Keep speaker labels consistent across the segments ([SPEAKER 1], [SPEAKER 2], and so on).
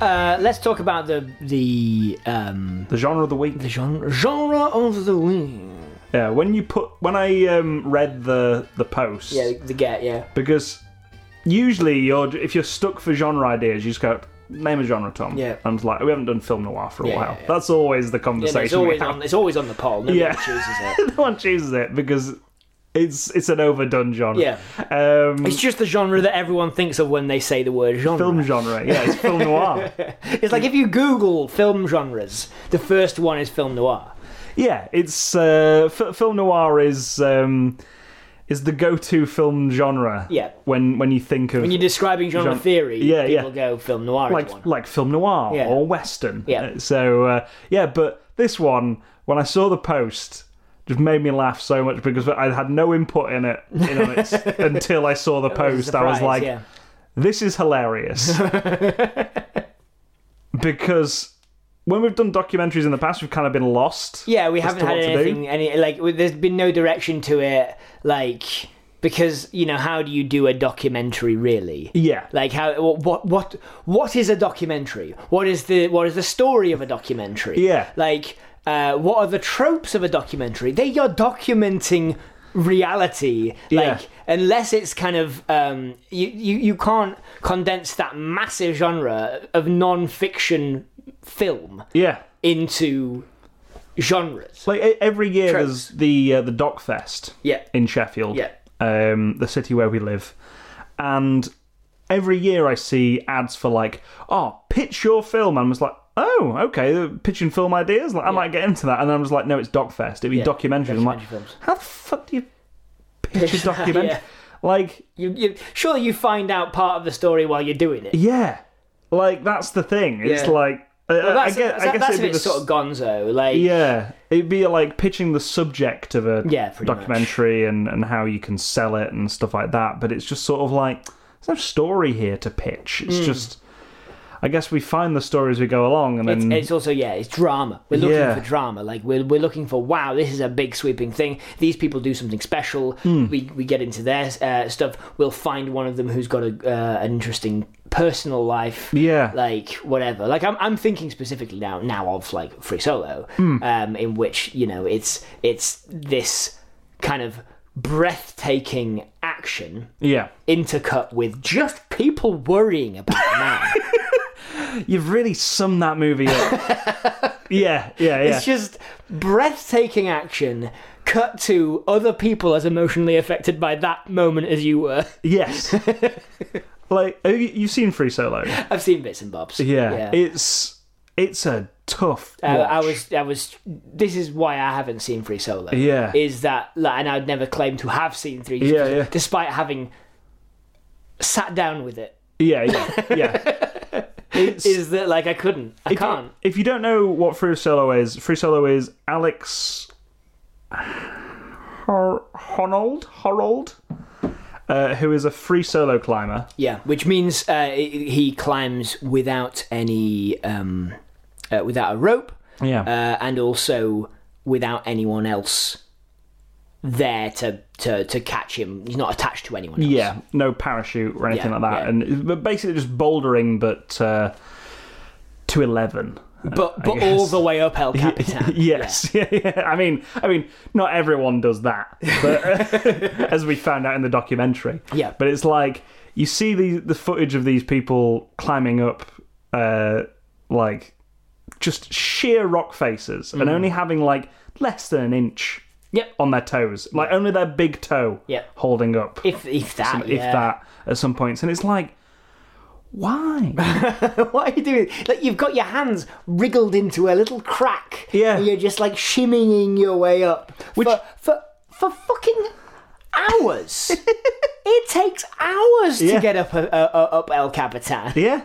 [SPEAKER 1] Uh, let's talk about the the um,
[SPEAKER 2] The genre of the week.
[SPEAKER 1] the genre genre of the week.
[SPEAKER 2] Yeah, when you put when I um, read the the post,
[SPEAKER 1] Yeah, the get yeah.
[SPEAKER 2] because usually you're if you're stuck for genre ideas, you just go name a genre, Tom.
[SPEAKER 1] Yeah.
[SPEAKER 2] and it's like we haven't done film noir for a
[SPEAKER 1] Yeah,
[SPEAKER 2] while.
[SPEAKER 1] yeah, yeah.
[SPEAKER 2] That's always the
[SPEAKER 1] yeah
[SPEAKER 2] conversation.
[SPEAKER 1] no, it's always
[SPEAKER 2] we have.
[SPEAKER 1] on. It's always on the poll. Nobody
[SPEAKER 2] Yeah.
[SPEAKER 1] chooses it.
[SPEAKER 2] no one chooses it because it's it's an overdone genre.
[SPEAKER 1] Yeah,
[SPEAKER 2] um,
[SPEAKER 1] it's just the genre that everyone thinks of when they say the word genre.
[SPEAKER 2] film genre. Yeah, it's film noir.
[SPEAKER 1] It's like if you Google film genres, the first one is film noir.
[SPEAKER 2] Yeah, it's uh, f- film noir is um, is the go-to film genre.
[SPEAKER 1] Yeah.
[SPEAKER 2] When when you think of
[SPEAKER 1] When you're describing genre
[SPEAKER 2] Gen-
[SPEAKER 1] theory,
[SPEAKER 2] Yeah,
[SPEAKER 1] people
[SPEAKER 2] yeah.
[SPEAKER 1] go film noir is one.
[SPEAKER 2] like like film noir
[SPEAKER 1] Yeah.
[SPEAKER 2] or western.
[SPEAKER 1] Yeah.
[SPEAKER 2] Uh, So uh, yeah, but this one when I saw the post just made me laugh so much because I had no input in it, in on it until I saw the
[SPEAKER 1] It was a
[SPEAKER 2] post. I was
[SPEAKER 1] surprise,
[SPEAKER 2] like,
[SPEAKER 1] yeah.
[SPEAKER 2] this is hilarious because when we've done documentaries in the past, we've kind of been lost.
[SPEAKER 1] Yeah, we
[SPEAKER 2] as
[SPEAKER 1] haven't
[SPEAKER 2] to
[SPEAKER 1] had
[SPEAKER 2] what to do.
[SPEAKER 1] anything. Any like, w- there's been no direction to it. Like, because you know, how do you do a documentary really?
[SPEAKER 2] Yeah.
[SPEAKER 1] Like, how wh- what what what is a documentary? What is the what is the story of a documentary?
[SPEAKER 2] Yeah.
[SPEAKER 1] Like, uh, what are the tropes of a documentary? They are documenting reality. Like, unless it's kind of um, you, you you can't condense that massive genre of non-fiction film
[SPEAKER 2] yeah.
[SPEAKER 1] into genres.
[SPEAKER 2] Like e- every year,
[SPEAKER 1] True.
[SPEAKER 2] there's the uh, the Doc Fest
[SPEAKER 1] Yeah.
[SPEAKER 2] in Sheffield,
[SPEAKER 1] Yeah.
[SPEAKER 2] um, the city where we live, and every year I see ads for like, oh, pitch your film, and I was like, oh, okay, they're pitching film ideas. Like, I might get into that, and then I was like, no, it's Doc Fest. It'd be
[SPEAKER 1] Yeah,
[SPEAKER 2] documentaries. I'm like,
[SPEAKER 1] documentary films.
[SPEAKER 2] how the fuck do you pitch a documentary?
[SPEAKER 1] Yeah.
[SPEAKER 2] Like,
[SPEAKER 1] You, you surely you find out part of the story while you're doing it.
[SPEAKER 2] yeah, like that's the thing. It's
[SPEAKER 1] Yeah.
[SPEAKER 2] like. I- I-
[SPEAKER 1] That's,
[SPEAKER 2] I guess, I
[SPEAKER 1] that-
[SPEAKER 2] guess
[SPEAKER 1] that's
[SPEAKER 2] it'd
[SPEAKER 1] a
[SPEAKER 2] be
[SPEAKER 1] bit
[SPEAKER 2] the
[SPEAKER 1] sort of gonzo. Like
[SPEAKER 2] Yeah, it'd be like pitching the subject of a
[SPEAKER 1] Yeah, pretty
[SPEAKER 2] documentary and, and how you can sell it and stuff like that. But it's just sort of like there's no story here to pitch.
[SPEAKER 1] Hmm.
[SPEAKER 2] It's just, I guess we find the story as we go along, and
[SPEAKER 1] it's,
[SPEAKER 2] then
[SPEAKER 1] it's also yeah, it's drama. We're looking
[SPEAKER 2] Yeah.
[SPEAKER 1] for drama. Like we're we're looking for wow, this is a big sweeping thing. These people do something special.
[SPEAKER 2] Hmm.
[SPEAKER 1] We we get into their uh, stuff. We'll find one of them who's got a uh, an interesting personal life.
[SPEAKER 2] yeah,
[SPEAKER 1] like whatever like i'm i'm thinking specifically now now of like free solo
[SPEAKER 2] Hmm.
[SPEAKER 1] um in which you know it's it's this kind of breathtaking action
[SPEAKER 2] yeah.
[SPEAKER 1] intercut with just people worrying about a man
[SPEAKER 2] You've really summed that movie up. yeah, yeah, yeah.
[SPEAKER 1] it's just breathtaking action cut to other people as emotionally affected by that moment as you were
[SPEAKER 2] Yes. like have you, you've seen Free Solo.
[SPEAKER 1] i've seen bits and bobs
[SPEAKER 2] Yeah, it's it's a tough.
[SPEAKER 1] Uh, I
[SPEAKER 2] watch.
[SPEAKER 1] was, I was. This is why I haven't seen Free Solo.
[SPEAKER 2] Yeah.
[SPEAKER 1] is that like, and I'd never claim to have seen Three.
[SPEAKER 2] Yeah, yeah.
[SPEAKER 1] Despite having sat down with it,
[SPEAKER 2] Yeah, yeah, yeah. It's,
[SPEAKER 1] is that like I couldn't, I
[SPEAKER 2] If you-
[SPEAKER 1] can't.
[SPEAKER 2] If you don't know what Free Solo is, Free Solo is Alex Hor- Honold, Horold, uh, who is a free solo climber.
[SPEAKER 1] Yeah, which means uh, he climbs without any, um, uh, without a rope,
[SPEAKER 2] Yeah.
[SPEAKER 1] uh, and also without anyone else there to to to catch him. He's not attached to anyone. else.
[SPEAKER 2] yeah, no parachute or anything
[SPEAKER 1] Yeah,
[SPEAKER 2] like that.
[SPEAKER 1] yeah.
[SPEAKER 2] And but basically just bouldering, but uh, to 11.
[SPEAKER 1] but but all the way up El Capitan.
[SPEAKER 2] Yes, yeah. yeah. I mean, I mean, not everyone does that, but, as we found out in the documentary.
[SPEAKER 1] Yeah.
[SPEAKER 2] but it's like you see the the footage of these people climbing up, uh, like just sheer rock faces,
[SPEAKER 1] Mm.
[SPEAKER 2] and only having like less than an inch
[SPEAKER 1] Yep.
[SPEAKER 2] on their toes, like only their big toe
[SPEAKER 1] Yeah.
[SPEAKER 2] holding up,
[SPEAKER 1] If if that
[SPEAKER 2] some-
[SPEAKER 1] yeah.
[SPEAKER 2] if that, at some points, and it's like. Why?
[SPEAKER 1] What are you doing? Like you've got your hands wriggled into a little crack.
[SPEAKER 2] Yeah.
[SPEAKER 1] And you're just like shimmying your way up. Which for for, for fucking hours. it takes hours
[SPEAKER 2] Yeah.
[SPEAKER 1] to get up a, a, a- up El Capitan.
[SPEAKER 2] Yeah,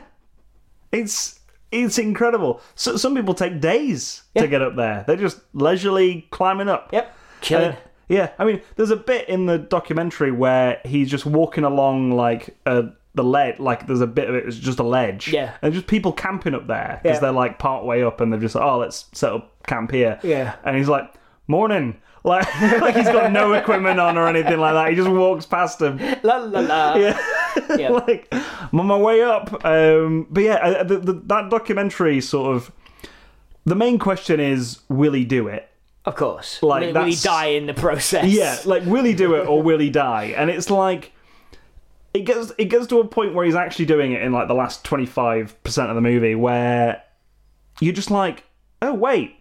[SPEAKER 2] it's it's incredible. So, some people take days to get up there. They're just leisurely climbing up.
[SPEAKER 1] Yep. Chilling.
[SPEAKER 2] Uh, yeah, I mean, there's a bit in the documentary where he's just walking along like uh, the ledge. Like there's a bit of it is just a ledge.
[SPEAKER 1] Yeah.
[SPEAKER 2] and just people camping up there because
[SPEAKER 1] Yeah.
[SPEAKER 2] they're like part way up and they're just like, oh, let's set up camp here.
[SPEAKER 1] Yeah.
[SPEAKER 2] and he's like, morning. Like, like he's got no equipment on or anything like that. He just walks past them.
[SPEAKER 1] la la la.
[SPEAKER 2] Yeah.
[SPEAKER 1] Yeah.
[SPEAKER 2] like I'm on my way up. Um, but yeah, I, I- the, the, that documentary sort of the main question is will he do it?
[SPEAKER 1] Of course.
[SPEAKER 2] Like,
[SPEAKER 1] will, will he
[SPEAKER 2] that's-
[SPEAKER 1] die in the process?
[SPEAKER 2] Yeah, like will he do it or will he die? And it's like it gets it gets to a point where he's actually doing it in like the last twenty five percent of the movie where you're just like, oh wait,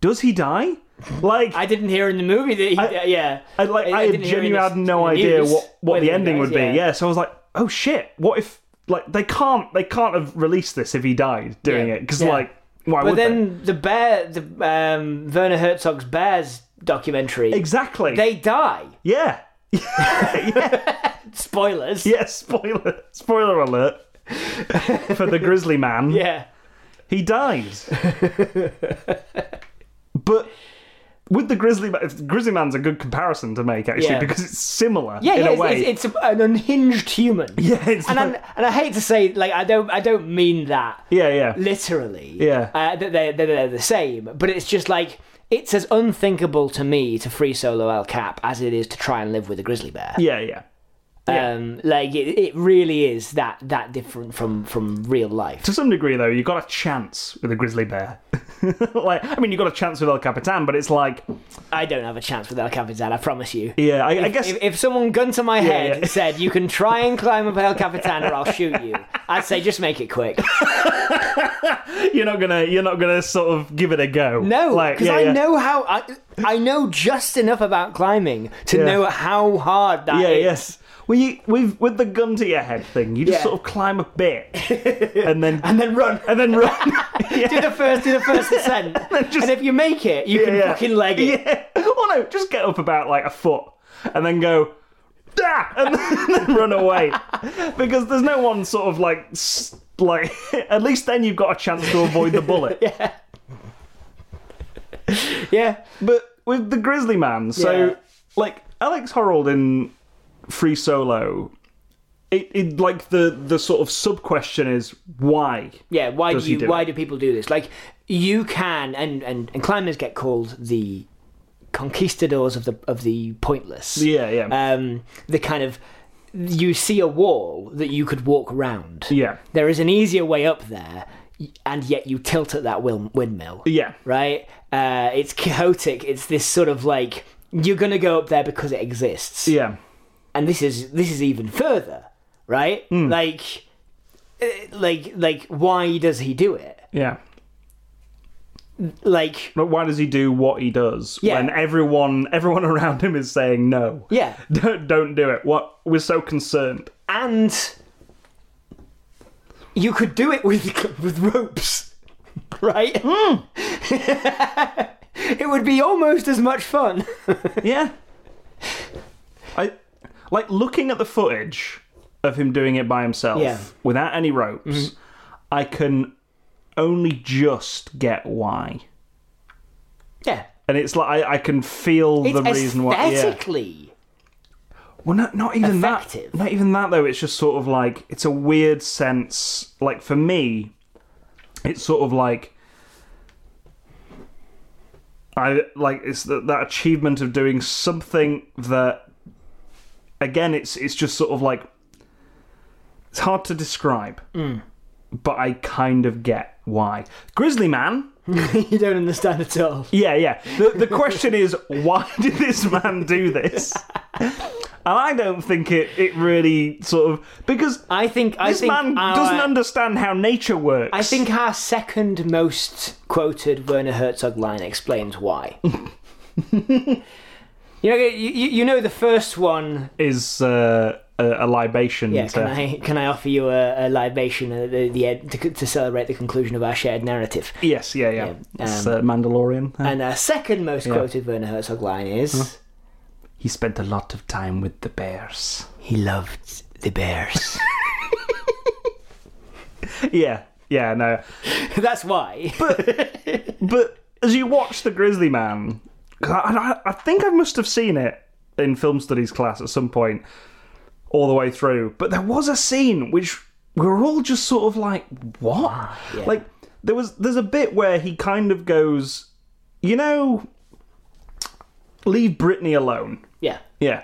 [SPEAKER 2] does he die? Like
[SPEAKER 1] I didn't hear in the movie that he. yeah.
[SPEAKER 2] I like I, had
[SPEAKER 1] didn't hear in
[SPEAKER 2] genuinely
[SPEAKER 1] the-
[SPEAKER 2] had no
[SPEAKER 1] in the
[SPEAKER 2] idea
[SPEAKER 1] news
[SPEAKER 2] what, what
[SPEAKER 1] whether
[SPEAKER 2] the
[SPEAKER 1] he
[SPEAKER 2] ending
[SPEAKER 1] dies,
[SPEAKER 2] would be.
[SPEAKER 1] yeah.
[SPEAKER 2] Yeah. so I was like, oh shit, what if like they can't they can't have released this if he died doing
[SPEAKER 1] Yeah.
[SPEAKER 2] it because
[SPEAKER 1] Yeah.
[SPEAKER 2] like why
[SPEAKER 1] But
[SPEAKER 2] would they?
[SPEAKER 1] then the bear, the um, Werner Herzog's Bears documentary,
[SPEAKER 2] exactly
[SPEAKER 1] they die.
[SPEAKER 2] yeah
[SPEAKER 1] Spoilers.
[SPEAKER 2] yeah spoiler spoiler alert for the grizzly man
[SPEAKER 1] Yeah.
[SPEAKER 2] he dies but with the grizzly man grizzly man's a good comparison to make actually
[SPEAKER 1] Yeah.
[SPEAKER 2] because it's similar
[SPEAKER 1] Yeah,
[SPEAKER 2] in
[SPEAKER 1] yeah,
[SPEAKER 2] a
[SPEAKER 1] it's,
[SPEAKER 2] way
[SPEAKER 1] it's, it's an unhinged human.
[SPEAKER 2] yeah it's
[SPEAKER 1] and
[SPEAKER 2] like-
[SPEAKER 1] I'm, and I hate to say like I don't I don't mean that
[SPEAKER 2] yeah yeah
[SPEAKER 1] literally.
[SPEAKER 2] Yeah.
[SPEAKER 1] uh, that they're, they're they're the same, but it's just like it's as unthinkable to me to free solo El Cap as it is to try and live with a grizzly bear.
[SPEAKER 2] yeah yeah
[SPEAKER 1] Um, like it, it really is that that different from from real life.
[SPEAKER 2] to some degree though you got a chance with a grizzly bear like i mean you got a chance with el capitan but it's like
[SPEAKER 1] I don't have a chance with El Capitan. I promise you.
[SPEAKER 2] yeah i, I guess
[SPEAKER 1] If, if someone gunned to my head
[SPEAKER 2] yeah.
[SPEAKER 1] and said, "You can try and climb up El Capitan, or I'll shoot you," I'd say, "Just make it quick."
[SPEAKER 2] you're not gonna you're not gonna sort of give it a go
[SPEAKER 1] No,
[SPEAKER 2] like
[SPEAKER 1] because
[SPEAKER 2] yeah,
[SPEAKER 1] I
[SPEAKER 2] yeah.
[SPEAKER 1] know how I, I know just enough about climbing to
[SPEAKER 2] Yeah.
[SPEAKER 1] know how hard that is.
[SPEAKER 2] yeah yes well you with with the gun to your head thing you just
[SPEAKER 1] Yeah.
[SPEAKER 2] sort of climb a bit and then
[SPEAKER 1] And then run.
[SPEAKER 2] and then run
[SPEAKER 1] Do the first, do the first ascent, and,
[SPEAKER 2] just-
[SPEAKER 1] if you make it, you can
[SPEAKER 2] yeah.
[SPEAKER 1] fucking leg it.
[SPEAKER 2] yeah oh no just get up about like a foot and then go "Ah!" and then, then run away because there's no one sort of like s- like at least then you've got a chance to avoid the bullet
[SPEAKER 1] Yeah,
[SPEAKER 2] But with the Grizzly Man, so
[SPEAKER 1] Yeah.
[SPEAKER 2] like Alex Horold in Free Solo, it, it like the the sort of sub question is why?
[SPEAKER 1] yeah. Why do
[SPEAKER 2] Does he
[SPEAKER 1] you?
[SPEAKER 2] do
[SPEAKER 1] why
[SPEAKER 2] it?
[SPEAKER 1] do people do this? Like, you can, and and and climbers get called the conquistadors of the of the pointless.
[SPEAKER 2] Yeah, yeah,
[SPEAKER 1] Um, the kind of you see a wall that you could walk round.
[SPEAKER 2] yeah,
[SPEAKER 1] There is an easier way up there, y- and yet you tilt at that wil- windmill.
[SPEAKER 2] yeah,
[SPEAKER 1] right? Uh, it's chaotic. It's this sort of like you're gonna go up there because it exists,
[SPEAKER 2] yeah,
[SPEAKER 1] and this is this is even further, right?
[SPEAKER 2] Hmm.
[SPEAKER 1] Like, eh, like, like, why does he do it?
[SPEAKER 2] yeah.
[SPEAKER 1] Like,
[SPEAKER 2] But why does he do what he does
[SPEAKER 1] Yeah.
[SPEAKER 2] when everyone everyone around him is saying no?
[SPEAKER 1] yeah,
[SPEAKER 2] Don't don't do it. What we're so concerned.
[SPEAKER 1] and you could do it with with ropes, right?
[SPEAKER 2] Hmm.
[SPEAKER 1] it would be almost as much fun.
[SPEAKER 2] Yeah. I like looking at the footage of him doing it by himself
[SPEAKER 1] Yeah. Mm-hmm.
[SPEAKER 2] without any ropes. I can only just get why,
[SPEAKER 1] yeah,
[SPEAKER 2] and it's like I, I can feel
[SPEAKER 1] it's
[SPEAKER 2] the reason why. Yeah.
[SPEAKER 1] aesthetically.
[SPEAKER 2] Well, not not even
[SPEAKER 1] effective.
[SPEAKER 2] that. Not even that though. It's just sort of like it's a weird sense. Like for me, it's sort of like. I like it's that, that achievement of doing something that again it's it's just sort of like it's hard to describe but I kind of get why Grizzly Man
[SPEAKER 1] you don't understand at all.
[SPEAKER 2] yeah, yeah. The, the question is, why did this man do this? And I don't think it, it really sort of because
[SPEAKER 1] I think I
[SPEAKER 2] this
[SPEAKER 1] think
[SPEAKER 2] man
[SPEAKER 1] our-
[SPEAKER 2] doesn't understand how nature works.
[SPEAKER 1] I think our second most quoted Werner Herzog line explains why. you know, you, you you know the first one.
[SPEAKER 2] is uh, a, a libation.
[SPEAKER 1] Yeah,
[SPEAKER 2] to-
[SPEAKER 1] can I can I offer you a, a libation at the, the end to, to celebrate the conclusion of our shared narrative?
[SPEAKER 2] Yes, yeah, yeah.
[SPEAKER 1] Yeah,
[SPEAKER 2] it's
[SPEAKER 1] um,
[SPEAKER 2] uh, Mandalorian. Uh,
[SPEAKER 1] And our second most quoted Werner Herzog line is
[SPEAKER 2] he spent a lot of time with the bears.
[SPEAKER 1] "He loved the bears."
[SPEAKER 2] Yeah, yeah, no.
[SPEAKER 1] That's why.
[SPEAKER 2] But as you watch the Grizzly Man, 'cause I, I, I think I must have seen it in film studies class at some point, all the way through. But there was a scene which we were all just sort of like, "What?"
[SPEAKER 1] Yeah.
[SPEAKER 2] Like there was there's a bit where he kind of goes, "You know, leave Britney alone."
[SPEAKER 1] yeah, Mm.
[SPEAKER 2] Yeah,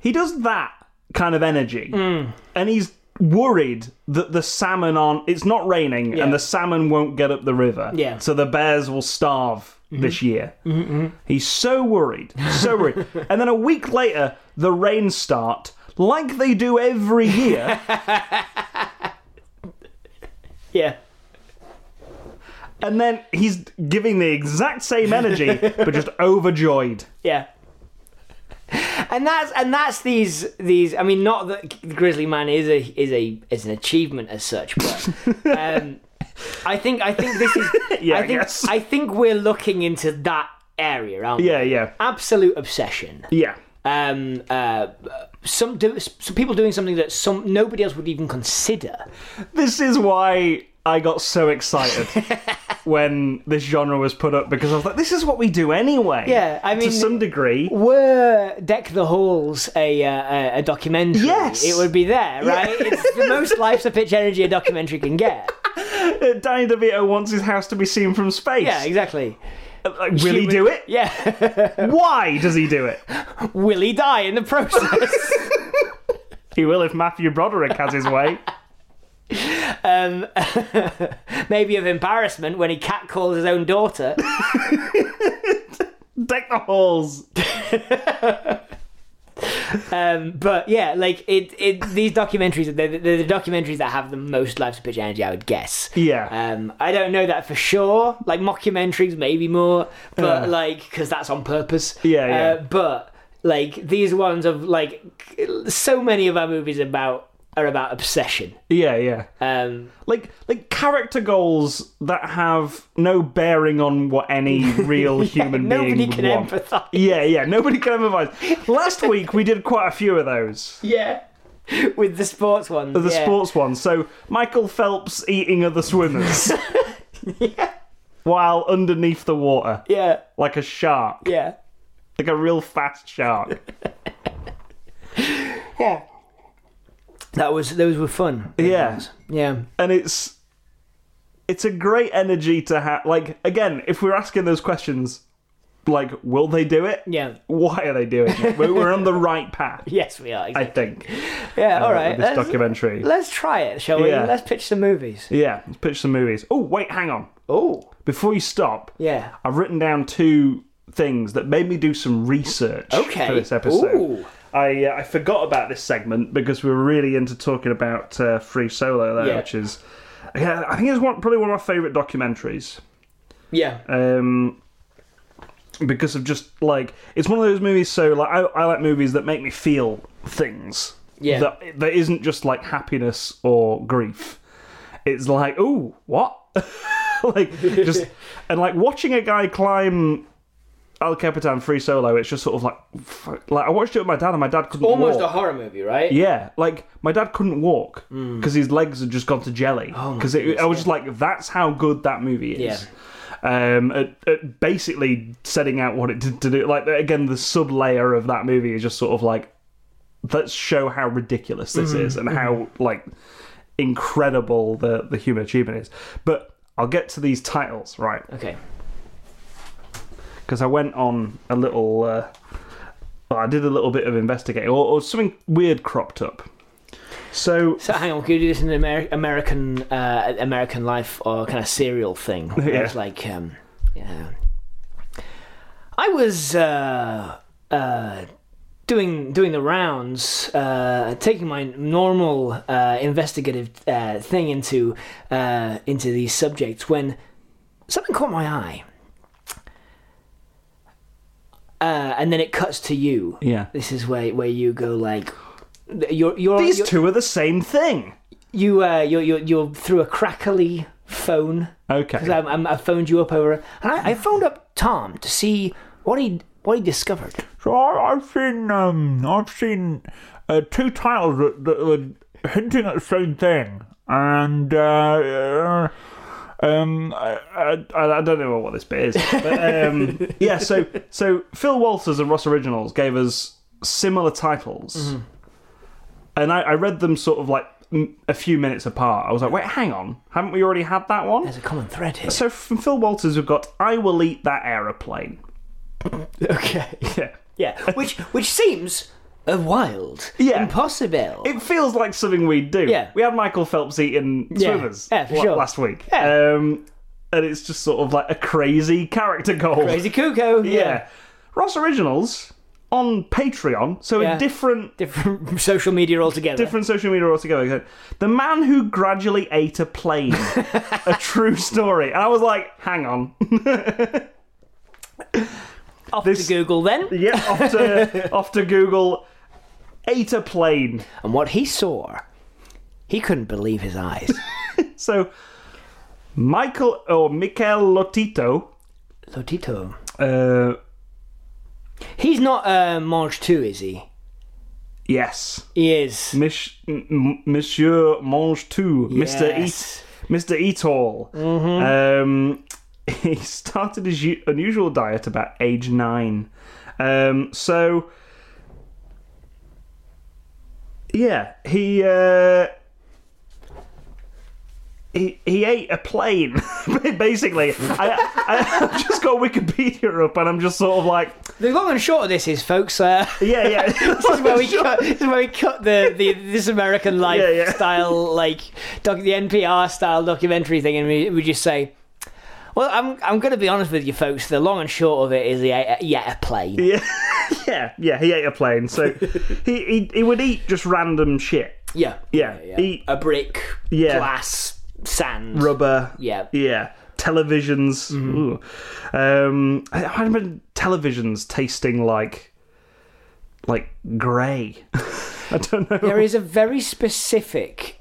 [SPEAKER 2] he does that kind of energy, and he's worried that the salmon aren't. It's not raining,
[SPEAKER 1] Yeah.
[SPEAKER 2] and the salmon won't get up the river.
[SPEAKER 1] Yeah.
[SPEAKER 2] So the bears will starve this year. Mm-hmm. He's so worried, so worried. and then a week later, the rains start, like they do every year,
[SPEAKER 1] Yeah.
[SPEAKER 2] and then he's giving the exact same energy, but just overjoyed.
[SPEAKER 1] Yeah. And that's and that's these these. I mean, not that Grizzly Man is a is a is an achievement as such, but um, I think I think this is.
[SPEAKER 2] Yeah, I
[SPEAKER 1] I think
[SPEAKER 2] guess.
[SPEAKER 1] I think we're looking into that area, aren't we?
[SPEAKER 2] Yeah, yeah,
[SPEAKER 1] Absolute obsession.
[SPEAKER 2] yeah.
[SPEAKER 1] Um, uh, some do, some people doing something that some nobody else would even consider.
[SPEAKER 2] This is why I got so excited when this genre was put up because I was like, this is what we do anyway.
[SPEAKER 1] Yeah, I mean-
[SPEAKER 2] to some degree.
[SPEAKER 1] were Deck the Halls a uh, a- a documentary,
[SPEAKER 2] Yes.
[SPEAKER 1] it would be there, right? It's the most life's a pitch energy a documentary can get.
[SPEAKER 2] Uh, Danny DeVito wants his house to be seen from space.
[SPEAKER 1] Yeah, exactly.
[SPEAKER 2] Like, will he do it?
[SPEAKER 1] Yeah,
[SPEAKER 2] Why does he do it?
[SPEAKER 1] will he die in the process?
[SPEAKER 2] He will if Matthew Broderick has his way.
[SPEAKER 1] um, maybe of embarrassment when he catcalls his own daughter.
[SPEAKER 2] Deck the halls.
[SPEAKER 1] Um, but yeah, like it, it these documentaries, they're, they're the documentaries that have the most life's a pitch energy, I would guess.
[SPEAKER 2] Yeah.
[SPEAKER 1] Um, I don't know that for sure. Like mockumentaries, maybe more, but
[SPEAKER 2] Uh.
[SPEAKER 1] like because that's on purpose.
[SPEAKER 2] Yeah, yeah.
[SPEAKER 1] Uh, but like these ones of like so many of our movies about are about obsession.
[SPEAKER 2] yeah, yeah.
[SPEAKER 1] Um,
[SPEAKER 2] Like like character goals that have no bearing on what any real human being
[SPEAKER 1] nobody
[SPEAKER 2] would
[SPEAKER 1] can
[SPEAKER 2] want.
[SPEAKER 1] empathize.
[SPEAKER 2] Yeah, yeah. Nobody can empathise. Last week we did quite a few of those.
[SPEAKER 1] Yeah. With the sports ones.
[SPEAKER 2] The
[SPEAKER 1] yeah.
[SPEAKER 2] sports one. So Michael Phelps eating other swimmers
[SPEAKER 1] yeah.
[SPEAKER 2] while underneath the water,
[SPEAKER 1] Yeah.
[SPEAKER 2] like a shark,
[SPEAKER 1] Yeah.
[SPEAKER 2] like a real fast shark.
[SPEAKER 1] Yeah. That was those were fun.
[SPEAKER 2] Yeah.
[SPEAKER 1] Yeah.
[SPEAKER 2] and it's it's a great energy to have like again if we're asking those questions like will they do it
[SPEAKER 1] Yeah.
[SPEAKER 2] why are they doing it we're, we're on the right path
[SPEAKER 1] Yes, we are.
[SPEAKER 2] i think
[SPEAKER 1] yeah. All
[SPEAKER 2] uh,
[SPEAKER 1] right.
[SPEAKER 2] with this
[SPEAKER 1] Let's-
[SPEAKER 2] documentary
[SPEAKER 1] Let's try it, shall we?
[SPEAKER 2] Yeah.
[SPEAKER 1] Let's pitch some movies.
[SPEAKER 2] yeah let's pitch some movies oh wait hang on
[SPEAKER 1] Oh,
[SPEAKER 2] before you stop
[SPEAKER 1] yeah.
[SPEAKER 2] i've written down two things that made me do some research
[SPEAKER 1] Okay.
[SPEAKER 2] for this episode
[SPEAKER 1] Ooh.
[SPEAKER 2] I, uh, I forgot about this segment because we were really into talking about uh, Free Solo there,
[SPEAKER 1] Yeah.
[SPEAKER 2] which is yeah, I think it's one, probably one of my favourite documentaries.
[SPEAKER 1] Yeah.
[SPEAKER 2] um, because of just like it's one of those movies. So like I, I like movies that make me feel things.
[SPEAKER 1] Yeah.
[SPEAKER 2] that that isn't just like happiness or grief. It's like oh what, like just and like watching a guy climb. El Capitan free solo. It's just sort of like, fuck- like I watched it with my dad, and my dad couldn't
[SPEAKER 1] Almost
[SPEAKER 2] walk.
[SPEAKER 1] a horror movie, right?
[SPEAKER 2] Yeah, like my dad couldn't walk because his legs had just gone to jelly.
[SPEAKER 1] my
[SPEAKER 2] Because I was just like, that's how good that movie is. Um, at, at basically setting out what it did to do. Like again, the sub layer of that movie is just sort of like, let's show how ridiculous this is and how like incredible the the human achievement is. But I'll get to these titles right
[SPEAKER 1] Okay.
[SPEAKER 2] because I went on a little. Uh, well, I did a little bit of investigating, or, or something weird cropped up. So
[SPEAKER 1] So hang on, can you do this in an Amer- American uh, American life or kind of serial thing? where
[SPEAKER 2] Yeah.
[SPEAKER 1] It's like, um, yeah. I was uh, uh, doing doing the rounds, uh, taking my normal uh, investigative uh, thing into uh, into these subjects when something caught my eye. Uh, and then it cuts to you.
[SPEAKER 2] yeah,
[SPEAKER 1] This is where where you go like you're you're
[SPEAKER 2] these
[SPEAKER 1] you're,
[SPEAKER 2] two are the same thing.
[SPEAKER 1] you uh you're you're, you're through a crackly phone because
[SPEAKER 2] Okay.
[SPEAKER 1] I, I phoned you up over and I, I phoned up Tom to see what he what he discovered.
[SPEAKER 3] So I, I've seen um, I've seen uh, two titles that, that were hinting at the same thing, and uh, uh, um,
[SPEAKER 2] I, I, I don't know what this bit is, but um, yeah. So so Phil Walters and Ross Originals gave us similar titles, and I, I read them sort of like m- a few minutes apart. I was like, wait, hang on, haven't we already had that one?
[SPEAKER 1] There's a common thread here.
[SPEAKER 2] So from Phil Walters, we've got "I will eat that aeroplane."
[SPEAKER 1] Okay.
[SPEAKER 2] Yeah.
[SPEAKER 1] Yeah. Which which seems a wild,
[SPEAKER 2] Yeah.
[SPEAKER 1] impossible.
[SPEAKER 2] It feels like something we do.
[SPEAKER 1] Yeah.
[SPEAKER 2] We had Michael Phelps eating
[SPEAKER 1] Yeah.
[SPEAKER 2] swimmers
[SPEAKER 1] Yeah, for
[SPEAKER 2] la-
[SPEAKER 1] sure.
[SPEAKER 2] last week.
[SPEAKER 1] Yeah.
[SPEAKER 2] Um, and it's just sort of like a crazy character goal.
[SPEAKER 1] Crazy cuckoo.
[SPEAKER 2] Yeah. Ross Originals on Patreon, so
[SPEAKER 1] Yeah.
[SPEAKER 2] a different
[SPEAKER 1] Different social media altogether.
[SPEAKER 2] different social media altogether. The man who gradually ate a plane. a true story. And I was like, hang on.
[SPEAKER 1] Off to Google then.
[SPEAKER 2] Yeah, off to, off to Google. Ate a plane.
[SPEAKER 1] And what he saw, he couldn't believe his eyes.
[SPEAKER 2] So, Michael or Mikel Lotito.
[SPEAKER 1] Lotito.
[SPEAKER 2] Uh,
[SPEAKER 1] He's not uh, Marge 2, is he?
[SPEAKER 2] yes.
[SPEAKER 1] He is.
[SPEAKER 2] Mich- M- M- Monsieur Mange Tout. Mr. Eat.
[SPEAKER 1] Yes. Mm-hmm.
[SPEAKER 2] Mr. Eat All. Um, he started his u- unusual diet about age nine. Um, so, yeah, he uh, he he ate a plane. Basically, I, I, I've just got Wikipedia up, and I'm just sort of like,
[SPEAKER 1] The long and short of this is, folks, uh,
[SPEAKER 2] yeah, yeah.
[SPEAKER 1] this is where we cut, this is where we cut the, the this American life
[SPEAKER 2] Yeah, yeah.
[SPEAKER 1] style like doc, the NPR style documentary thing, and we, we just say, well, I'm I'm going to be honest with you, folks. The long and short of it is he ate a, yeah a plane.
[SPEAKER 2] Yeah, yeah, yeah. He ate a plane, so he, he he would eat just random shit.
[SPEAKER 1] Yeah,
[SPEAKER 2] Yeah, Eat
[SPEAKER 1] a brick,
[SPEAKER 2] Yeah.
[SPEAKER 1] glass, sand,
[SPEAKER 2] rubber.
[SPEAKER 1] Yeah.
[SPEAKER 2] yeah. Televisions. Ooh. Um, I, I remember televisions tasting like like grey. I don't know.
[SPEAKER 1] There is a very specific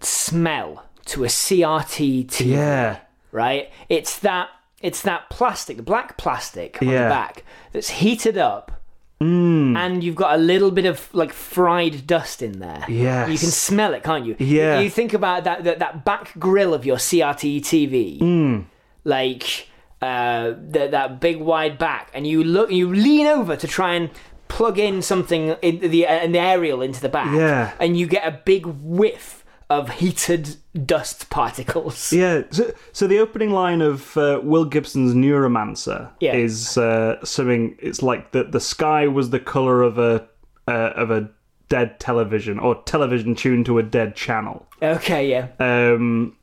[SPEAKER 1] smell to a CRT TV.
[SPEAKER 2] Yeah,
[SPEAKER 1] right? It's that it's that plastic, the black plastic on
[SPEAKER 2] Yeah. Mm.
[SPEAKER 1] the back that's heated up, and you've got a little bit of like fried dust in there.
[SPEAKER 2] Yes.
[SPEAKER 1] you can smell it, can't you?
[SPEAKER 2] Yeah.
[SPEAKER 1] You think about that that, that back grill of your CRT TV, E
[SPEAKER 2] Mm.
[SPEAKER 1] like uh, that that big wide back, and you look, you lean over to try and. Plug in something in the an aerial into the back,
[SPEAKER 2] Yeah.
[SPEAKER 1] and you get a big whiff of heated dust particles.
[SPEAKER 2] yeah. So, so the opening line of uh, Will Gibson's Neuromancer
[SPEAKER 1] Yeah.
[SPEAKER 2] is uh, something. It's like the the sky was the color of a uh, of a dead television or television tuned to a dead channel.
[SPEAKER 1] Okay, yeah.
[SPEAKER 2] um,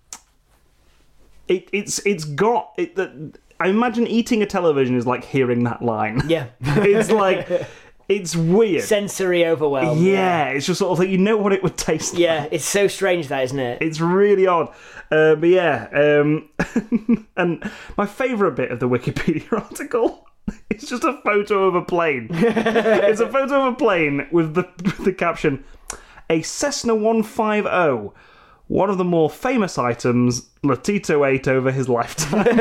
[SPEAKER 2] it, it's it's got it. The, I imagine eating a television is like hearing that line.
[SPEAKER 1] Yeah.
[SPEAKER 2] it's like it's weird.
[SPEAKER 1] Sensory overwhelm.
[SPEAKER 2] yeah, it's just sort of like you know what it would taste. like.
[SPEAKER 1] Yeah, it's so strange that, isn't it?
[SPEAKER 2] It's really odd, uh, but yeah. Um, and my favourite bit of the Wikipedia article is just a photo of a plane. it's a photo of a plane with the with the caption, "A Cessna 150." One of the more famous items Lotito ate over his lifetime. just,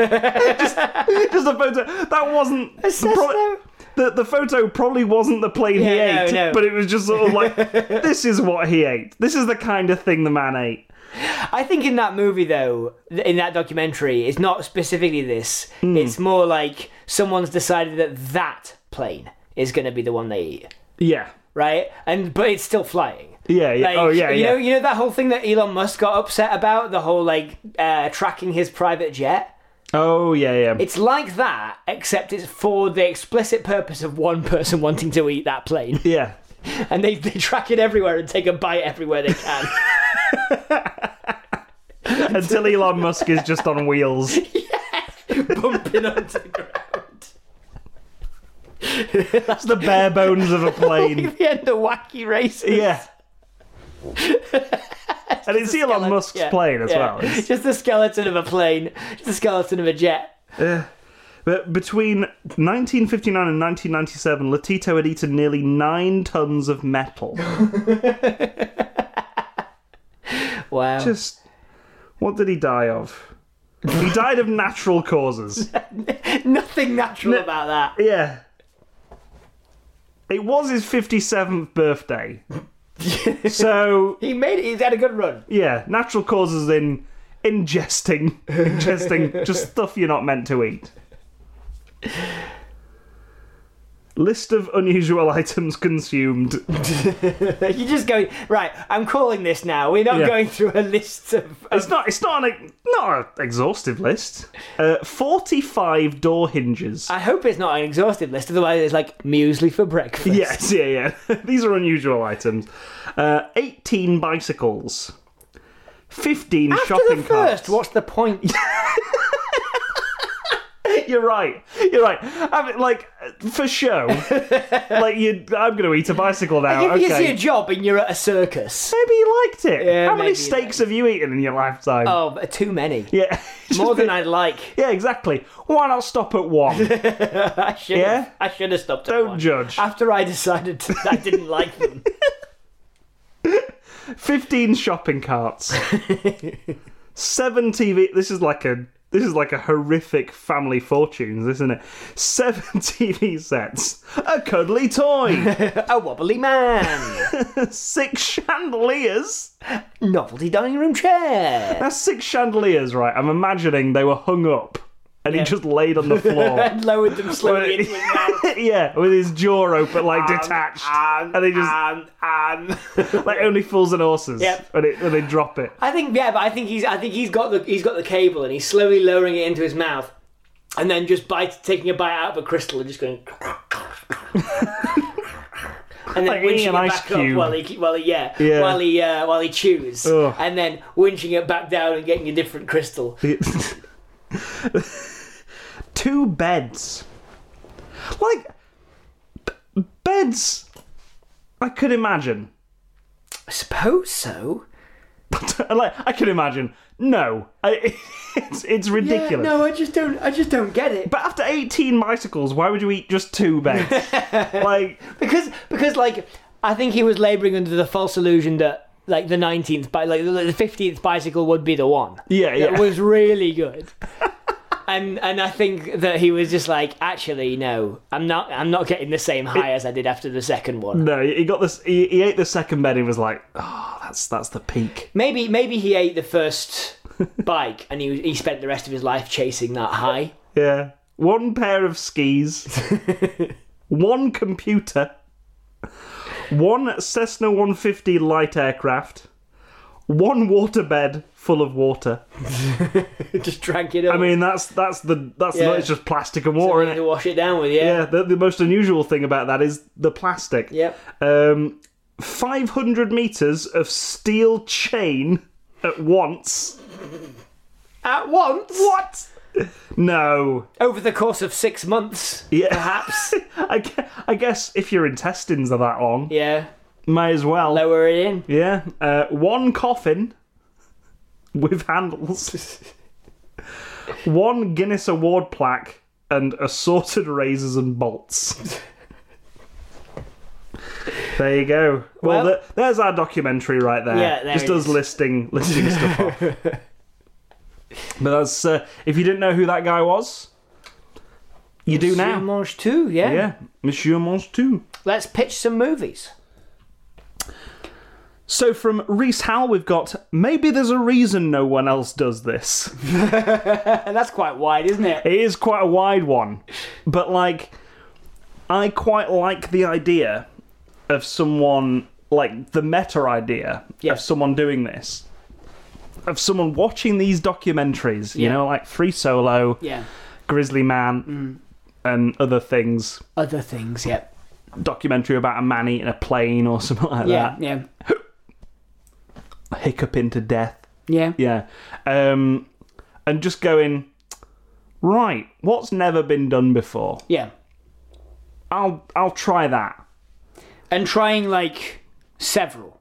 [SPEAKER 2] just a photo. That wasn't. the
[SPEAKER 1] Cessna?
[SPEAKER 2] the, the photo probably wasn't the plane he
[SPEAKER 1] Yeah, no,
[SPEAKER 2] ate,
[SPEAKER 1] no.
[SPEAKER 2] but it was just sort of like, this is what he ate. This is the kind of thing the man ate.
[SPEAKER 1] I think in that movie, though, th- in that documentary, it's not specifically this.
[SPEAKER 2] Hmm.
[SPEAKER 1] It's more like someone's decided that that plane is going to be the one they eat,
[SPEAKER 2] Yeah.
[SPEAKER 1] right? And but it's still flying.
[SPEAKER 2] Yeah, yeah.
[SPEAKER 1] Like,
[SPEAKER 2] oh, yeah,
[SPEAKER 1] you
[SPEAKER 2] yeah.
[SPEAKER 1] know, you know that whole thing that Elon Musk got upset about, the whole like uh, tracking his private jet.
[SPEAKER 2] oh, yeah, yeah.
[SPEAKER 1] It's like that, except it's for the explicit purpose of one person wanting to eat that plane.
[SPEAKER 2] yeah.
[SPEAKER 1] and they, they track it everywhere and take a bite everywhere they can.
[SPEAKER 2] Until Elon Musk is just on wheels.
[SPEAKER 1] bumping onto the ground.
[SPEAKER 2] That's the bare bones of a plane.
[SPEAKER 1] the end of wacky races.
[SPEAKER 2] yeah. and it's Elon Musk's
[SPEAKER 1] Yeah,
[SPEAKER 2] plane as
[SPEAKER 1] yeah.
[SPEAKER 2] well. It's-
[SPEAKER 1] Just the skeleton of a plane, just the skeleton of a jet.
[SPEAKER 2] But between 1959 and 1997, Lotito had eaten nearly nine tons of metal.
[SPEAKER 1] Wow.
[SPEAKER 2] Just what did he die of? He died of natural causes.
[SPEAKER 1] Nothing natural about that.
[SPEAKER 2] Yeah. It was his 57th birthday. so,
[SPEAKER 1] He made it. He's had a good run.
[SPEAKER 2] yeah, natural causes in ingesting ingesting just stuff you're not meant to eat. List of unusual items consumed.
[SPEAKER 1] you just go right. I'm calling this now. We're not
[SPEAKER 2] Yeah.
[SPEAKER 1] going through a list of.
[SPEAKER 2] It's not. It's not an not an exhaustive list. Uh, Forty-five door hinges.
[SPEAKER 1] I hope it's not an exhaustive list. Otherwise, it's like muesli for breakfast.
[SPEAKER 2] Yes, yeah, yeah. These are unusual items. Uh, 18 bicycles. 15
[SPEAKER 1] After
[SPEAKER 2] shopping
[SPEAKER 1] the first,
[SPEAKER 2] carts.
[SPEAKER 1] what's the point?
[SPEAKER 2] You're right. You're right. I mean, like, for show. like, you, I'm going to eat a bicycle now.
[SPEAKER 1] If you see
[SPEAKER 2] okay.
[SPEAKER 1] a job and you're at a circus,
[SPEAKER 2] Maybe you liked it.
[SPEAKER 1] Yeah,
[SPEAKER 2] How many
[SPEAKER 1] maybe you
[SPEAKER 2] steaks have you eaten in your lifetime?
[SPEAKER 1] oh, but too many.
[SPEAKER 2] Yeah.
[SPEAKER 1] More than I'd like.
[SPEAKER 2] Yeah, exactly. Why not stop at one?
[SPEAKER 1] I should.
[SPEAKER 2] Yeah?
[SPEAKER 1] Yeah? I should have stopped. at
[SPEAKER 2] Don't
[SPEAKER 1] one.
[SPEAKER 2] judge.
[SPEAKER 1] After I decided to, I didn't like them.
[SPEAKER 2] 15 shopping carts. 7 TV this is like a this is like a horrific family fortunes, isn't it? 7 TV sets. A cuddly toy.
[SPEAKER 1] a wobbly man.
[SPEAKER 2] 6 chandeliers.
[SPEAKER 1] Novelty dining room chair.
[SPEAKER 2] That's 6 chandeliers, right? I'm imagining they were hung up and he just laid on the floor.
[SPEAKER 1] And lowered them slowly into his mouth.
[SPEAKER 2] yeah, with his jaw open like detached. and they just
[SPEAKER 1] Um, um.
[SPEAKER 2] like only fools and horses.
[SPEAKER 1] Yep.
[SPEAKER 2] And, it, and they drop it.
[SPEAKER 1] I think yeah, but I think he's I think he's got the he's got the cable and he's slowly lowering it into his mouth, and then just bite taking a bite out of a crystal and just going. And then
[SPEAKER 2] Like eating
[SPEAKER 1] winching it
[SPEAKER 2] an ice
[SPEAKER 1] back
[SPEAKER 2] cube.
[SPEAKER 1] up while he, while he, yeah,
[SPEAKER 2] Yeah.
[SPEAKER 1] while he, uh, while he chews,
[SPEAKER 2] Ugh.
[SPEAKER 1] and then winching it back down and getting a different crystal.
[SPEAKER 2] two beds. Like b- beds, I could imagine.
[SPEAKER 1] I suppose so.
[SPEAKER 2] like I could imagine. No, I, it's it's ridiculous.
[SPEAKER 1] Yeah, no, I just don't, I just don't get it.
[SPEAKER 2] But after eighteen bicycles, why would you eat just two beds? like
[SPEAKER 1] because because like I think he was labouring under the false illusion that like the nineteenth bi- like the fifteenth bicycle would be the one.
[SPEAKER 2] Yeah,
[SPEAKER 1] that
[SPEAKER 2] yeah.
[SPEAKER 1] was really good. and and I think that he was just like, actually, no, I'm not. I'm not getting the same high as I did after the second one.
[SPEAKER 2] no, he got this. He, he ate the second bed. and was like, oh, that's that's the peak.
[SPEAKER 1] Maybe maybe he ate the first bike and he he spent the rest of his life chasing that high.
[SPEAKER 2] Yeah, one pair of skis, one computer, one Cessna 150 light aircraft, one waterbed full of water.
[SPEAKER 1] just drank it up.
[SPEAKER 2] I mean, that's that's the that's
[SPEAKER 1] Yeah.
[SPEAKER 2] not, it's just plastic and water,
[SPEAKER 1] to
[SPEAKER 2] innit?
[SPEAKER 1] wash it down with yeah.
[SPEAKER 2] Yeah, the, the most unusual thing about that is the plastic.
[SPEAKER 1] Yep.
[SPEAKER 2] Um, 500 meters of steel chain at once.
[SPEAKER 1] At once,
[SPEAKER 2] What? No.
[SPEAKER 1] over the course of six months,
[SPEAKER 2] Yeah.
[SPEAKER 1] perhaps.
[SPEAKER 2] I, gue- I guess if your intestines are that long,
[SPEAKER 1] yeah,
[SPEAKER 2] may as well.
[SPEAKER 1] lower it in.
[SPEAKER 2] Yeah. Uh, one coffin with handles. one Guinness Award plaque and assorted razors and bolts. There you go. Well,
[SPEAKER 1] Well-
[SPEAKER 2] th- there's our documentary right there.
[SPEAKER 1] Yeah, there
[SPEAKER 2] Just
[SPEAKER 1] it
[SPEAKER 2] us
[SPEAKER 1] is.
[SPEAKER 2] listing listing stuff off. But that's uh, if you didn't know who that guy was, you do
[SPEAKER 1] Monsieur
[SPEAKER 2] now.
[SPEAKER 1] Monge too, yeah.
[SPEAKER 2] Yeah, Monsieur Monstu.
[SPEAKER 1] Let's pitch some movies.
[SPEAKER 2] So from Reese Howell, we've got maybe there's a reason no one else does this.
[SPEAKER 1] And that's quite wide, isn't it?
[SPEAKER 2] It is quite a wide one, but like, I quite like the idea of someone like the meta idea
[SPEAKER 1] Yeah.
[SPEAKER 2] of someone doing this, of someone watching these documentaries. You
[SPEAKER 1] Yeah.
[SPEAKER 2] know, like Free Solo,
[SPEAKER 1] Yeah. Mm.
[SPEAKER 2] Grizzly Man, and other things.
[SPEAKER 1] Other things, yeah.
[SPEAKER 2] Documentary about a man eating a plane or something like
[SPEAKER 1] Yeah,
[SPEAKER 2] that.
[SPEAKER 1] yeah.
[SPEAKER 2] Hiccup into death.
[SPEAKER 1] Yeah.
[SPEAKER 2] Yeah. Um, and just going, right, what's never been done before?
[SPEAKER 1] Yeah.
[SPEAKER 2] I'll I'll try that.
[SPEAKER 1] And trying like several.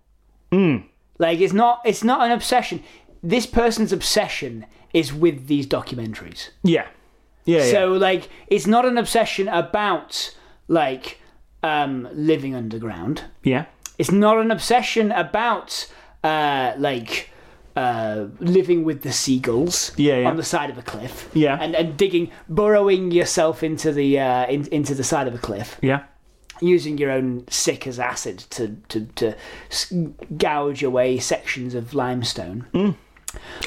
[SPEAKER 1] Mm.
[SPEAKER 2] Hmm.
[SPEAKER 1] Like it's not it's not an obsession. This person's obsession is with these documentaries.
[SPEAKER 2] Yeah. Yeah. yeah.
[SPEAKER 1] So like it's not an obsession about like um living underground.
[SPEAKER 2] yeah.
[SPEAKER 1] It's not an obsession about uh, like uh, living with the seagulls
[SPEAKER 2] Yeah, yeah.
[SPEAKER 1] on the side of a cliff.
[SPEAKER 2] Yeah.
[SPEAKER 1] and, and digging, burrowing yourself into the uh, in, into the side of a cliff,
[SPEAKER 2] Yeah.
[SPEAKER 1] using your own sick as acid to to to s- gouge
[SPEAKER 2] Mm.
[SPEAKER 1] away sections of limestone.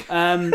[SPEAKER 1] Um,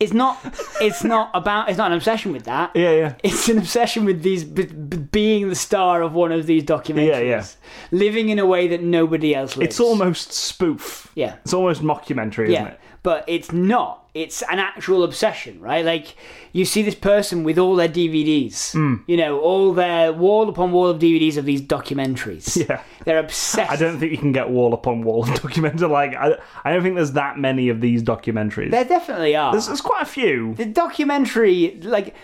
[SPEAKER 1] It's not. It's not about. It's not an obsession with that.
[SPEAKER 2] Yeah, yeah.
[SPEAKER 1] It's an obsession with these b- b- being the star of one of these documentaries.
[SPEAKER 2] Yeah, yeah.
[SPEAKER 1] Living in a way that nobody else lives.
[SPEAKER 2] It's almost spoof.
[SPEAKER 1] Yeah.
[SPEAKER 2] It's almost mockumentary,
[SPEAKER 1] yeah,
[SPEAKER 2] isn't it?
[SPEAKER 1] but it's not. It's an actual obsession, right? Like you see this person with all their DVDs.
[SPEAKER 2] Mm.
[SPEAKER 1] You know, all their wall upon wall of DVDs of these documentaries.
[SPEAKER 2] Yeah.
[SPEAKER 1] They're obsessed.
[SPEAKER 2] I don't think you can get wall upon wall documentary. Like, I, I don't think there's that many of these documentaries.
[SPEAKER 1] There definitely are.
[SPEAKER 2] There's, there's quite a few,
[SPEAKER 1] the documentary, like,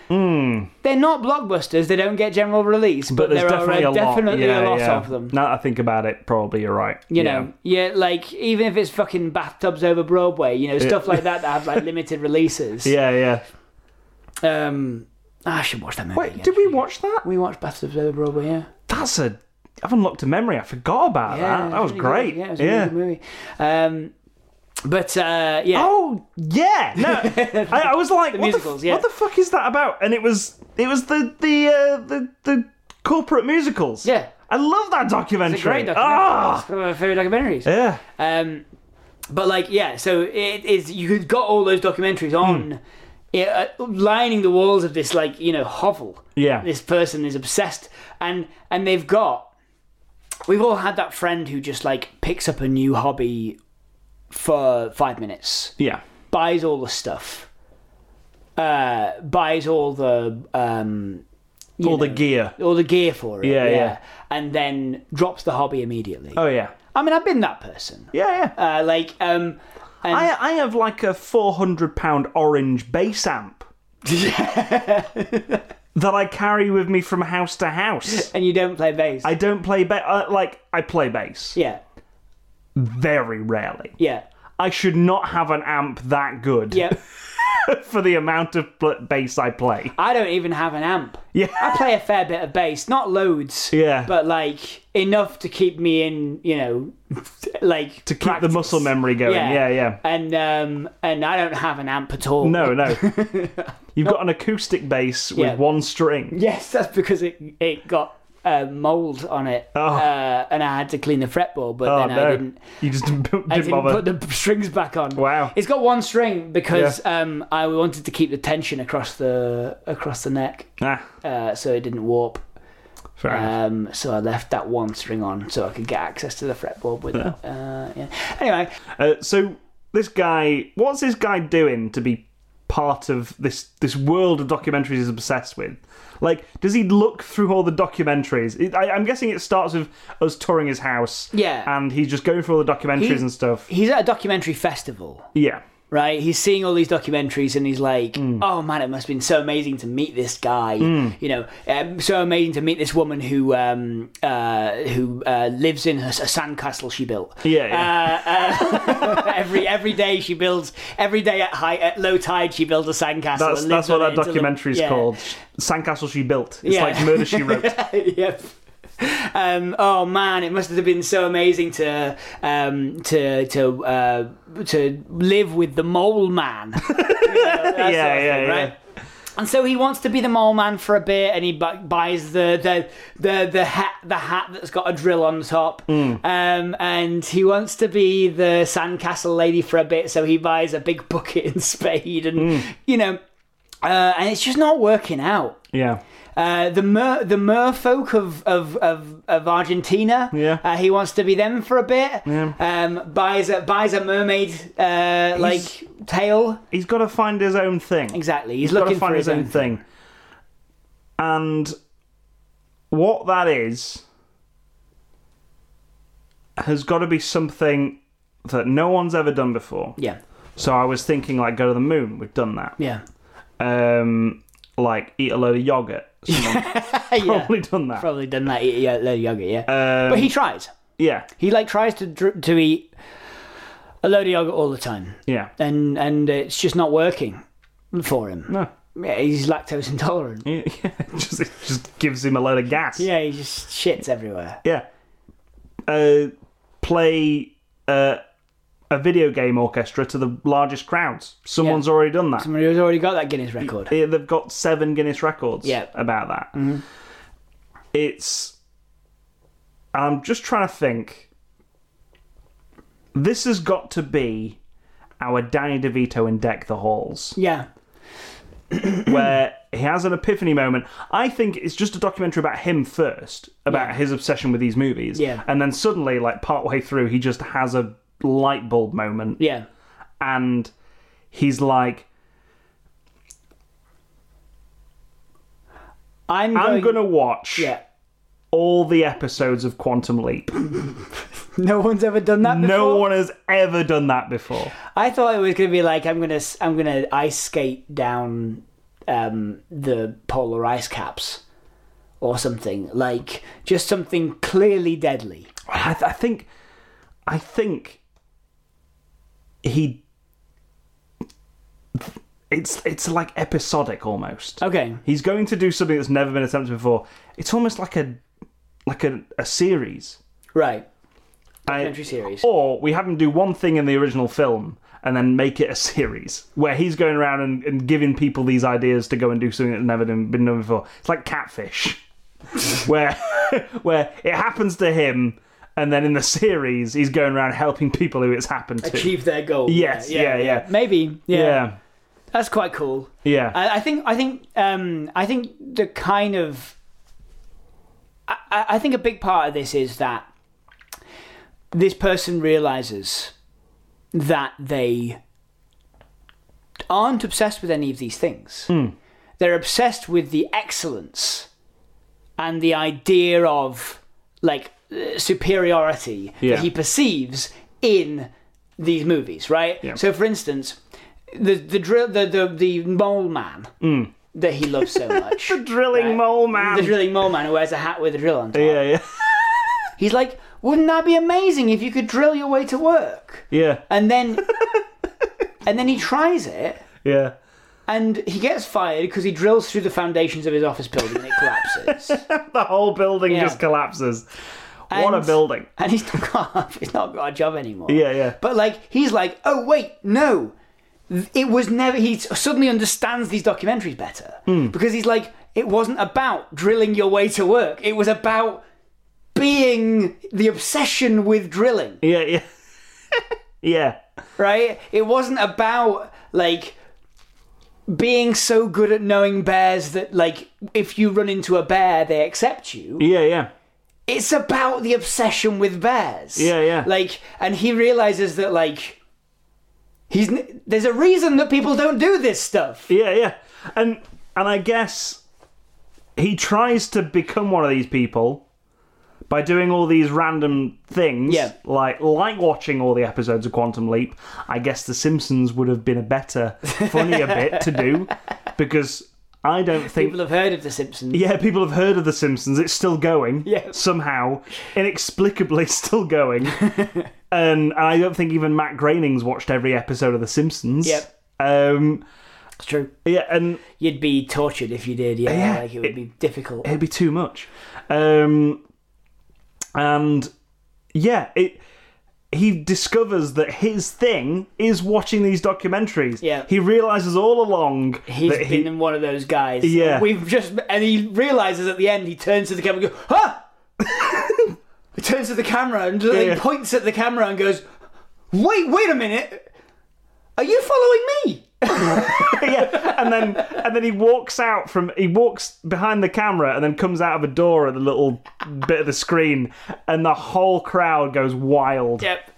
[SPEAKER 1] they're not blockbusters. They don't get general release, but,
[SPEAKER 2] Mm. but there's
[SPEAKER 1] there
[SPEAKER 2] definitely
[SPEAKER 1] are
[SPEAKER 2] a
[SPEAKER 1] uh, definitely
[SPEAKER 2] lot.
[SPEAKER 1] a
[SPEAKER 2] Yeah,
[SPEAKER 1] lot
[SPEAKER 2] yeah.
[SPEAKER 1] of them.
[SPEAKER 2] Now that I think about it, probably you're right.
[SPEAKER 1] You
[SPEAKER 2] Yeah.
[SPEAKER 1] know, yeah, like even if it's fucking bathtubs over Broadway, you know, stuff like that that have like limited releases.
[SPEAKER 2] Yeah, yeah.
[SPEAKER 1] Um, I should watch that movie.
[SPEAKER 2] Wait,
[SPEAKER 1] again.
[SPEAKER 2] did we watch that?
[SPEAKER 1] we watched bathtubs over Broadway? Yeah.
[SPEAKER 2] That's a. I've unlocked a memory. I forgot about that. That was
[SPEAKER 1] really good.
[SPEAKER 2] great.
[SPEAKER 1] Yeah, it was a really good movie. Um, but uh, yeah,
[SPEAKER 2] Oh yeah, no. I, I was like, what,
[SPEAKER 1] musicals,
[SPEAKER 2] the,
[SPEAKER 1] yeah.
[SPEAKER 2] f- what the fuck is that about? And it was, it was the the uh, the the corporate musicals.
[SPEAKER 1] Yeah.
[SPEAKER 2] I love that documentary.
[SPEAKER 1] it's a great documentary. It's
[SPEAKER 2] Ah,
[SPEAKER 1] one of my favorite documentaries.
[SPEAKER 2] yeah,
[SPEAKER 1] Um, but like, yeah, so it is. You got all those documentaries
[SPEAKER 2] Hmm.
[SPEAKER 1] on, yeah, uh, lining the walls of this like you know hovel.
[SPEAKER 2] yeah,
[SPEAKER 1] This person is obsessed, and and they've got. We've all had that friend who just like picks up a new hobby for five minutes.
[SPEAKER 2] yeah.
[SPEAKER 1] buys all the stuff, uh, buys all the um, you
[SPEAKER 2] All the
[SPEAKER 1] know,
[SPEAKER 2] gear.
[SPEAKER 1] all the gear for it.
[SPEAKER 2] Yeah, yeah.
[SPEAKER 1] and then drops the hobby immediately.
[SPEAKER 2] Oh yeah,
[SPEAKER 1] I mean, I've been that person.
[SPEAKER 2] yeah, yeah.
[SPEAKER 1] Uh, like, um, and
[SPEAKER 2] I I have like a four hundred pound orange bass amp. that I carry with me from house to house.
[SPEAKER 1] and you don't play bass.
[SPEAKER 2] I don't play bass. Uh, like I play bass
[SPEAKER 1] yeah,
[SPEAKER 2] very rarely.
[SPEAKER 1] yeah,
[SPEAKER 2] I should not have an amp that good.
[SPEAKER 1] yeah.
[SPEAKER 2] for the amount of pl- bass I play.
[SPEAKER 1] I don't even have an amp.
[SPEAKER 2] Yeah.
[SPEAKER 1] I play a fair bit of bass, not loads.
[SPEAKER 2] Yeah.
[SPEAKER 1] but like enough to keep me in. You know, like
[SPEAKER 2] to keep the muscle memory going. Yeah, yeah.
[SPEAKER 1] And um, and I don't have an amp at all.
[SPEAKER 2] No, no. You've got an acoustic bass with
[SPEAKER 1] Yeah.
[SPEAKER 2] one string.
[SPEAKER 1] Yes, that's because it it got uh, mold on it,
[SPEAKER 2] Oh.
[SPEAKER 1] uh, and I had to clean the fretboard. But
[SPEAKER 2] Oh
[SPEAKER 1] then
[SPEAKER 2] no.
[SPEAKER 1] I didn't.
[SPEAKER 2] You just didn't, didn't
[SPEAKER 1] I didn't
[SPEAKER 2] bother.
[SPEAKER 1] put the strings back on.
[SPEAKER 2] Wow.
[SPEAKER 1] It's got one string because um, I wanted to keep the tension across the across the neck,
[SPEAKER 2] Ah,
[SPEAKER 1] uh, so it didn't warp.
[SPEAKER 2] fair enough.
[SPEAKER 1] Um, so I left that one string on so I could get access to the fretboard without. Uh, yeah. Anyway,
[SPEAKER 2] Uh, so this guy, what's this guy doing to be part of this this world of documentaries he's obsessed with? Like, does he look through all the documentaries? It, I, I'm guessing it starts with us touring his house.
[SPEAKER 1] Yeah.
[SPEAKER 2] And he's just going through all the documentaries and stuff.
[SPEAKER 1] he's at a documentary festival.
[SPEAKER 2] Yeah.
[SPEAKER 1] right? He's seeing all these documentaries and he's like,
[SPEAKER 2] Hmm.
[SPEAKER 1] oh man, it must have been so amazing to meet this guy. You know, um, so amazing to meet this woman who um, uh, who uh, lives in her, a sandcastle she built.
[SPEAKER 2] Yeah, yeah.
[SPEAKER 1] Uh, uh, every every day she builds. Every day at high at low tide she builds a sandcastle.
[SPEAKER 2] That's
[SPEAKER 1] and
[SPEAKER 2] that's
[SPEAKER 1] lives
[SPEAKER 2] what
[SPEAKER 1] on
[SPEAKER 2] that
[SPEAKER 1] it until the-
[SPEAKER 2] documentary is
[SPEAKER 1] yeah.
[SPEAKER 2] called. Sandcastle she built. It's
[SPEAKER 1] Yeah.
[SPEAKER 2] like murder she wrote.
[SPEAKER 1] yep. Um, oh man, it must have been so amazing to um, to to uh, to live with the mole man. You know, that sort of
[SPEAKER 2] Yeah, yeah, yeah.
[SPEAKER 1] And so he wants to be the mole man for a bit, and he bu- buys the the the the hat the hat that's got a drill on the top.
[SPEAKER 2] Hmm.
[SPEAKER 1] Um, and he wants to be the sandcastle lady for a bit, so he buys a big bucket and spade, and
[SPEAKER 2] Hmm.
[SPEAKER 1] you know, uh, and it's just not working out.
[SPEAKER 2] Yeah.
[SPEAKER 1] Uh, the mer the merfolk of of, of, of Argentina.
[SPEAKER 2] Yeah.
[SPEAKER 1] Uh, he wants to be them for a bit.
[SPEAKER 2] Yeah.
[SPEAKER 1] Um, buys a buys a mermaid uh, like tail.
[SPEAKER 2] He's got to find his own thing.
[SPEAKER 1] Exactly. He's,
[SPEAKER 2] He's got
[SPEAKER 1] looking
[SPEAKER 2] to find
[SPEAKER 1] for
[SPEAKER 2] his own thing. And what that is has got to be something that no one's ever done before.
[SPEAKER 1] Yeah.
[SPEAKER 2] So I was thinking, like, go to the moon. We've done that.
[SPEAKER 1] Yeah.
[SPEAKER 2] Um, like, eat a load of yogurt. Someone's
[SPEAKER 1] yeah.
[SPEAKER 2] probably done that.
[SPEAKER 1] Probably done that. Yeah, yeah, load of yogurt. Yeah.
[SPEAKER 2] Um,
[SPEAKER 1] but he tries.
[SPEAKER 2] yeah,
[SPEAKER 1] He like tries to dr- to eat a load of yogurt all the time,
[SPEAKER 2] yeah.
[SPEAKER 1] and and it's just not working for him.
[SPEAKER 2] No.
[SPEAKER 1] Yeah, he's lactose intolerant.
[SPEAKER 2] Yeah, yeah. just, it just gives him a load of gas.
[SPEAKER 1] Yeah, he just shits everywhere.
[SPEAKER 2] Yeah. Uh, play uh, a video game orchestra to the largest crowds. Someone's already done that.
[SPEAKER 1] Somebody who's already got that Guinness record.
[SPEAKER 2] Yeah, They've got seven Guinness records
[SPEAKER 1] Yeah.
[SPEAKER 2] about that. It's. I'm just trying to think. This has got to be our Danny DeVito in Deck the Halls,
[SPEAKER 1] Yeah.
[SPEAKER 2] where he has an epiphany moment. I think it's just a documentary about him first, about his obsession with these movies.
[SPEAKER 1] Yeah.
[SPEAKER 2] And then suddenly, like partway through, he just has a light bulb moment
[SPEAKER 1] Yeah.
[SPEAKER 2] and he's like,
[SPEAKER 1] I'm,
[SPEAKER 2] I'm
[SPEAKER 1] going
[SPEAKER 2] going to watch
[SPEAKER 1] Yeah.
[SPEAKER 2] all the episodes of Quantum Leap.
[SPEAKER 1] No one's ever done that before.
[SPEAKER 2] No one has ever done that before.
[SPEAKER 1] I thought it was gonna be like I'm gonna s- I'm gonna ice skate down um, the polar ice caps or something like just something clearly deadly.
[SPEAKER 2] I, th- I think, I think he. It's it's like episodic almost.
[SPEAKER 1] Okay.
[SPEAKER 2] He's going to do something that's never been attempted before. It's almost like a, like a, a series.
[SPEAKER 1] Right.
[SPEAKER 2] I-
[SPEAKER 1] Documentary series.
[SPEAKER 2] Or we have him do one thing in the original film and then make it a series where he's going around and, and giving people these ideas to go and do something that's never done- been done before. It's like Catfish, where where it happens to him, and then in the series he's going around helping people who it's happened to.
[SPEAKER 1] Achieve their goal.
[SPEAKER 2] Yes, yeah, yeah.
[SPEAKER 1] Maybe. Yeah.
[SPEAKER 2] yeah,
[SPEAKER 1] That's quite cool.
[SPEAKER 2] yeah.
[SPEAKER 1] I, I think I think um, I think the kind of I, I I think a big part of this is that this person realizes that they aren't obsessed with any of these things.
[SPEAKER 2] Hmm.
[SPEAKER 1] They're obsessed with the excellence and the idea of like uh, superiority
[SPEAKER 2] Yeah.
[SPEAKER 1] that he perceives in these movies, right?
[SPEAKER 2] Yeah.
[SPEAKER 1] So, for instance, the the drill the the, the mole man that he loves so much, the
[SPEAKER 2] Hmm. Drilling mole man.
[SPEAKER 1] Uh, the drilling mole man who wears a hat with a drill on top.
[SPEAKER 2] yeah, yeah,
[SPEAKER 1] He's like, wouldn't that be amazing if you could drill your way to work?
[SPEAKER 2] yeah,
[SPEAKER 1] And then, and then he tries it,
[SPEAKER 2] yeah.
[SPEAKER 1] and he gets fired because he drills through the foundations of his office building and it collapses.
[SPEAKER 2] The whole building
[SPEAKER 1] Yeah.
[SPEAKER 2] just collapses. What a
[SPEAKER 1] And-
[SPEAKER 2] building.
[SPEAKER 1] and he's not got he's not got a job anymore.
[SPEAKER 2] Yeah, yeah.
[SPEAKER 1] But like he's like, oh wait, no, Th- it was never. He suddenly understands these documentaries better
[SPEAKER 2] Hmm.
[SPEAKER 1] because he's like, it wasn't about drilling your way to work. It was about being the obsession with drilling,
[SPEAKER 2] Yeah, yeah, yeah.
[SPEAKER 1] right? It wasn't about like being so good at knowing bears that like if you run into a bear they accept you
[SPEAKER 2] Yeah, yeah.
[SPEAKER 1] it's about the obsession with bears.
[SPEAKER 2] Yeah, yeah.
[SPEAKER 1] Like, and he realizes that like he's n- there's a reason that people don't do this stuff.
[SPEAKER 2] Yeah, yeah. And and I guess he tries to become one of these people by doing all these random things.
[SPEAKER 1] Yeah.
[SPEAKER 2] Like like watching all the episodes of Quantum Leap. I guess The Simpsons would have been a better, funnier bit to do because I don't think
[SPEAKER 1] People have heard of The Simpsons.
[SPEAKER 2] yeah, people have heard of The Simpsons. It's still going.
[SPEAKER 1] Yeah.
[SPEAKER 2] Somehow. Inexplicably still going. and I don't think even Matt Groening's watched every episode of The Simpsons.
[SPEAKER 1] Yep.
[SPEAKER 2] Um,
[SPEAKER 1] It's true.
[SPEAKER 2] yeah, and
[SPEAKER 1] You'd be tortured if you did. Yeah,
[SPEAKER 2] Yeah.
[SPEAKER 1] like it would be difficult.
[SPEAKER 2] it'd be too much. Um, and yeah, it. He discovers that his thing is watching these documentaries.
[SPEAKER 1] Yeah.
[SPEAKER 2] He realizes all along
[SPEAKER 1] He's
[SPEAKER 2] that
[SPEAKER 1] been
[SPEAKER 2] he,
[SPEAKER 1] in one of those guys.
[SPEAKER 2] Yeah.
[SPEAKER 1] we've just and he realizes at the end. He turns to the camera and goes, "Huh." he turns to the camera and like,
[SPEAKER 2] yeah.
[SPEAKER 1] points at the camera and goes, "Wait, wait a minute. Are you following me?"
[SPEAKER 2] yeah, and then and then he walks out from he walks behind the camera and then comes out of a door at the little bit of the screen and the whole crowd goes wild.
[SPEAKER 1] Yep.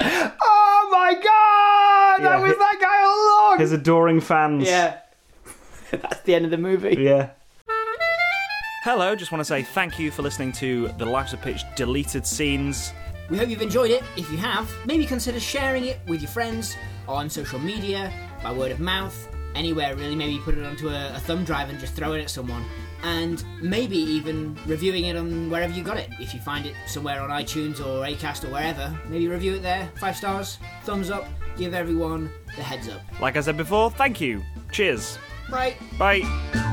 [SPEAKER 1] Oh my god!
[SPEAKER 2] Yeah,
[SPEAKER 1] that was
[SPEAKER 2] hi-
[SPEAKER 1] that guy all along!
[SPEAKER 2] His adoring fans.
[SPEAKER 1] yeah. That's the end of the movie.
[SPEAKER 2] Yeah. Hello, just want to say thank you for listening to the Lives of Pitch deleted scenes.
[SPEAKER 1] We hope you've enjoyed it. If you have, maybe consider sharing it with your friends on social media, by word of mouth, anywhere really. Maybe put it onto a, a thumb drive and just throw it at someone. And maybe even reviewing it on wherever you got it. If you find it somewhere on iTunes or Acast or wherever, maybe review it there. Five stars, thumbs up, give everyone the heads up.
[SPEAKER 2] Like I said before, thank you. Cheers.
[SPEAKER 1] Right.
[SPEAKER 2] Bye.